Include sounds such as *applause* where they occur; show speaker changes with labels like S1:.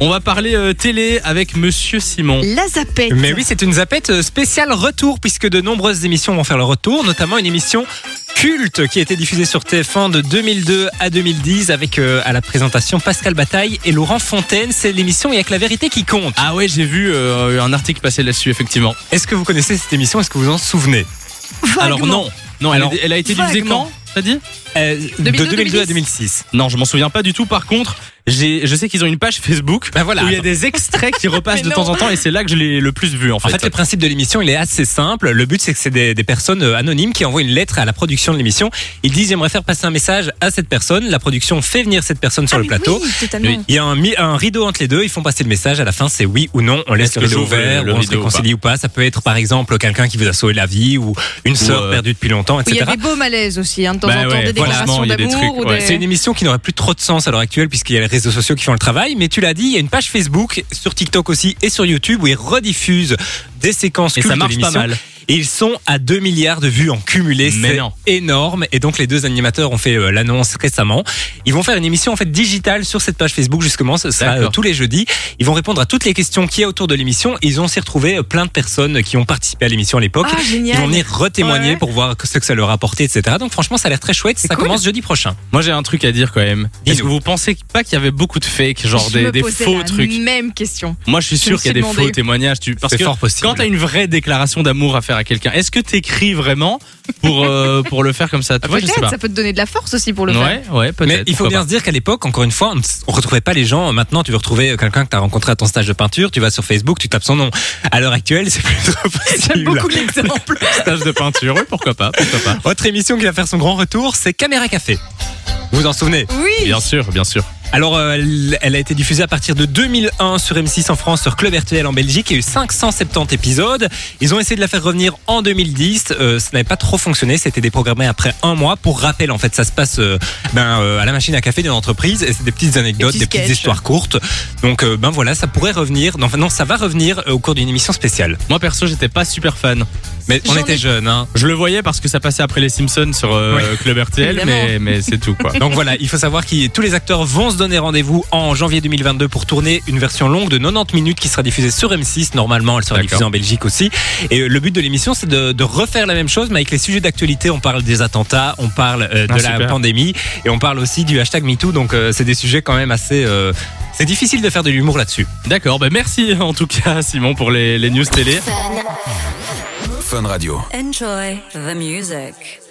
S1: On va parler euh, télé avec Monsieur Simon.
S2: La zapette.
S3: Mais oui, c'est une zapette euh, spéciale retour, puisque de nombreuses émissions vont faire le retour, notamment une émission culte qui a été diffusée sur TF1 de 2002 à 2010 avec euh, à la présentation Pascal Bataille et Laurent Fontaine. C'est l'émission Il y a que la vérité qui compte.
S1: Ah ouais, j'ai vu euh, un article passer là-dessus, effectivement.
S3: Est-ce que vous connaissez cette émission Est-ce que vous en souvenez
S2: Vaguement.
S1: Alors non, non, elle,
S3: Alors,
S1: a- elle a été diffusée
S2: vaguement.
S1: quand T'as dit
S3: Euh, De
S2: 2002,
S3: 2002 à 2006.
S1: Non, je m'en souviens pas du tout. Par contre, j'ai, je sais qu'ils ont une page Facebook
S3: Ben voilà.
S1: où il y a des extraits qui repassent
S2: Mais
S1: de
S2: non.
S1: temps en temps et c'est là que je l'ai le plus vu en fait.
S3: En fait, le principe de l'émission, il est assez simple. Le but, c'est que c'est des, des personnes euh, anonymes qui envoient une lettre à la production de l'émission. Ils disent, j'aimerais faire passer un message à cette personne. La production fait venir cette personne sur
S2: Ah,
S3: le
S2: mais
S3: plateau.
S2: oui, totalement.
S3: Il y a un, mi- un rideau entre les deux, ils font passer le message, à la fin c'est oui ou non, on laisse
S1: Est-ce
S3: le
S1: que
S3: rideau
S1: j'ouvre
S3: ouvert,
S1: le
S3: ou on se
S1: rideau ou
S3: réconcilie ou pas. Ça peut être par exemple quelqu'un qui vous a sauvé la vie, ou une sœur
S1: euh,
S3: perdue depuis longtemps,
S2: Où il y
S3: etc.
S2: a des beaux malaises aussi, hein, de temps
S1: Bah
S2: en temps,
S1: ouais,
S2: des
S1: franchement,
S2: déclarations
S1: il y a des
S2: d'amour.
S1: trucs,
S2: ou
S1: ouais.
S3: C'est une émission qui n'aurait plus trop de sens à l'heure actuelle puisqu'il y a les réseaux sociaux qui font le travail. Mais tu l'as dit, il y a une page Facebook sur TikTok aussi et sur YouTube où ils rediffusent des séquences
S1: Et ça
S3: cultes de
S1: marche pas
S3: l'émission.
S1: mal.
S3: Et ils sont à 2 milliards de vues en cumulé.
S1: Mais
S3: C'est
S1: non.
S3: énorme. Et donc, les deux animateurs ont fait euh, l'annonce récemment. Ils vont faire une émission, en fait, digitale sur cette page Facebook, justement. Ce sera
S1: D'accord.
S3: euh, tous les jeudis. Ils vont répondre à toutes les questions qu'il y a autour de l'émission. Ils ont aussi retrouvé euh, plein de personnes qui ont participé à l'émission à l'époque.
S2: Ah,
S3: Ils
S2: génial.
S3: vont venir retémoigner
S2: Ouais.
S3: pour voir ce que ça leur a apporté, etc. Donc franchement, ça a l'air très chouette. Ça
S2: cool.
S3: commence jeudi prochain.
S1: Moi, j'ai un truc à dire quand même. Est-ce
S3: Dis-nous.
S1: que vous pensez pas qu'il y avait beaucoup de fakes, genre
S2: Je
S1: des,
S2: me
S1: des
S2: posais
S1: faux
S2: la
S1: trucs
S2: Même question.
S1: Moi, je suis
S2: Je
S1: sûr
S2: me
S1: qu'il y a
S2: suis
S1: des faux
S2: demandé.
S1: témoignages. Tu... Parce
S3: C'est
S1: que
S3: fort possible.
S1: quand t'as une vraie déclaration d'amour à faire à quelqu'un, est-ce que t'écris vraiment pour euh, pour le faire comme ça Tu vois, je sais
S2: Peut-être,
S1: pas.
S2: ça peut te donner de la force aussi pour le faire.
S1: ouais, ouais, peut-être.
S3: Mais il faut
S1: pourquoi
S3: bien
S1: pas.
S3: se dire qu'à l'époque, encore une fois, on ne s- on retrouvait pas les gens. Maintenant, tu veux retrouver euh, quelqu'un que tu as rencontré à ton stage de peinture, tu vas sur Facebook, tu tapes son nom. À l'heure actuelle, c'est plus trop
S2: J'aime
S3: possible.
S2: beaucoup l'exemple.
S1: stage de peinture, oui, pourquoi pas, pourquoi pas.
S3: Autre émission qui va faire son grand retour, c'est Caméra Café. Vous vous en souvenez
S2: Oui.
S1: Bien sûr, bien sûr.
S3: Alors, euh, elle- elle a été diffusée à partir de 2001 sur M6 en France, sur Club RTL en Belgique. Il y a eu 570 épisodes. Ils ont essayé de la faire revenir en 2010. Euh, ça n'avait pas trop fonctionné. C'était déprogrammé après un mois. Pour rappel, en fait, ça se passe euh, ben, euh, à la machine à café d'une entreprise. Et c'est des petites anecdotes,
S2: petits
S3: des petites
S2: sketchs.
S3: histoires courtes. Donc, euh, ben voilà, ça pourrait revenir. Non, Enfin, non, ça va revenir euh, au cours d'une émission spéciale.
S1: Moi perso, j'étais pas super fan.
S3: Mais on
S2: J'en
S3: était
S2: ai-
S3: jeunes, hein.
S1: Je le voyais parce que ça passait après les Simpsons sur euh,
S3: Ouais.
S1: Club RTL, mais,
S2: Évidemment.
S1: mais c'est tout quoi. *laughs*
S3: Donc voilà, il faut savoir que tous les acteurs vont se donner rendez-vous en janvier 2022 pour tourner une version longue de 90 minutes qui sera diffusée sur M6. Normalement, elle sera
S1: D'accord.
S3: diffusée en Belgique aussi. Et euh, le but de l'émission, c'est de, de refaire la même chose, mais avec les sujets d'actualité. On parle des attentats, on parle euh, de
S1: Ah,
S3: la
S1: super.
S3: pandémie et on parle aussi du hashtag MeToo. Donc euh, c'est des sujets quand même assez... euh, c'est difficile de faire de l'humour là-dessus.
S1: D'accord, bah merci en tout cas Simon pour les, les news télé.
S4: Fun Radio.
S5: Enjoy the music.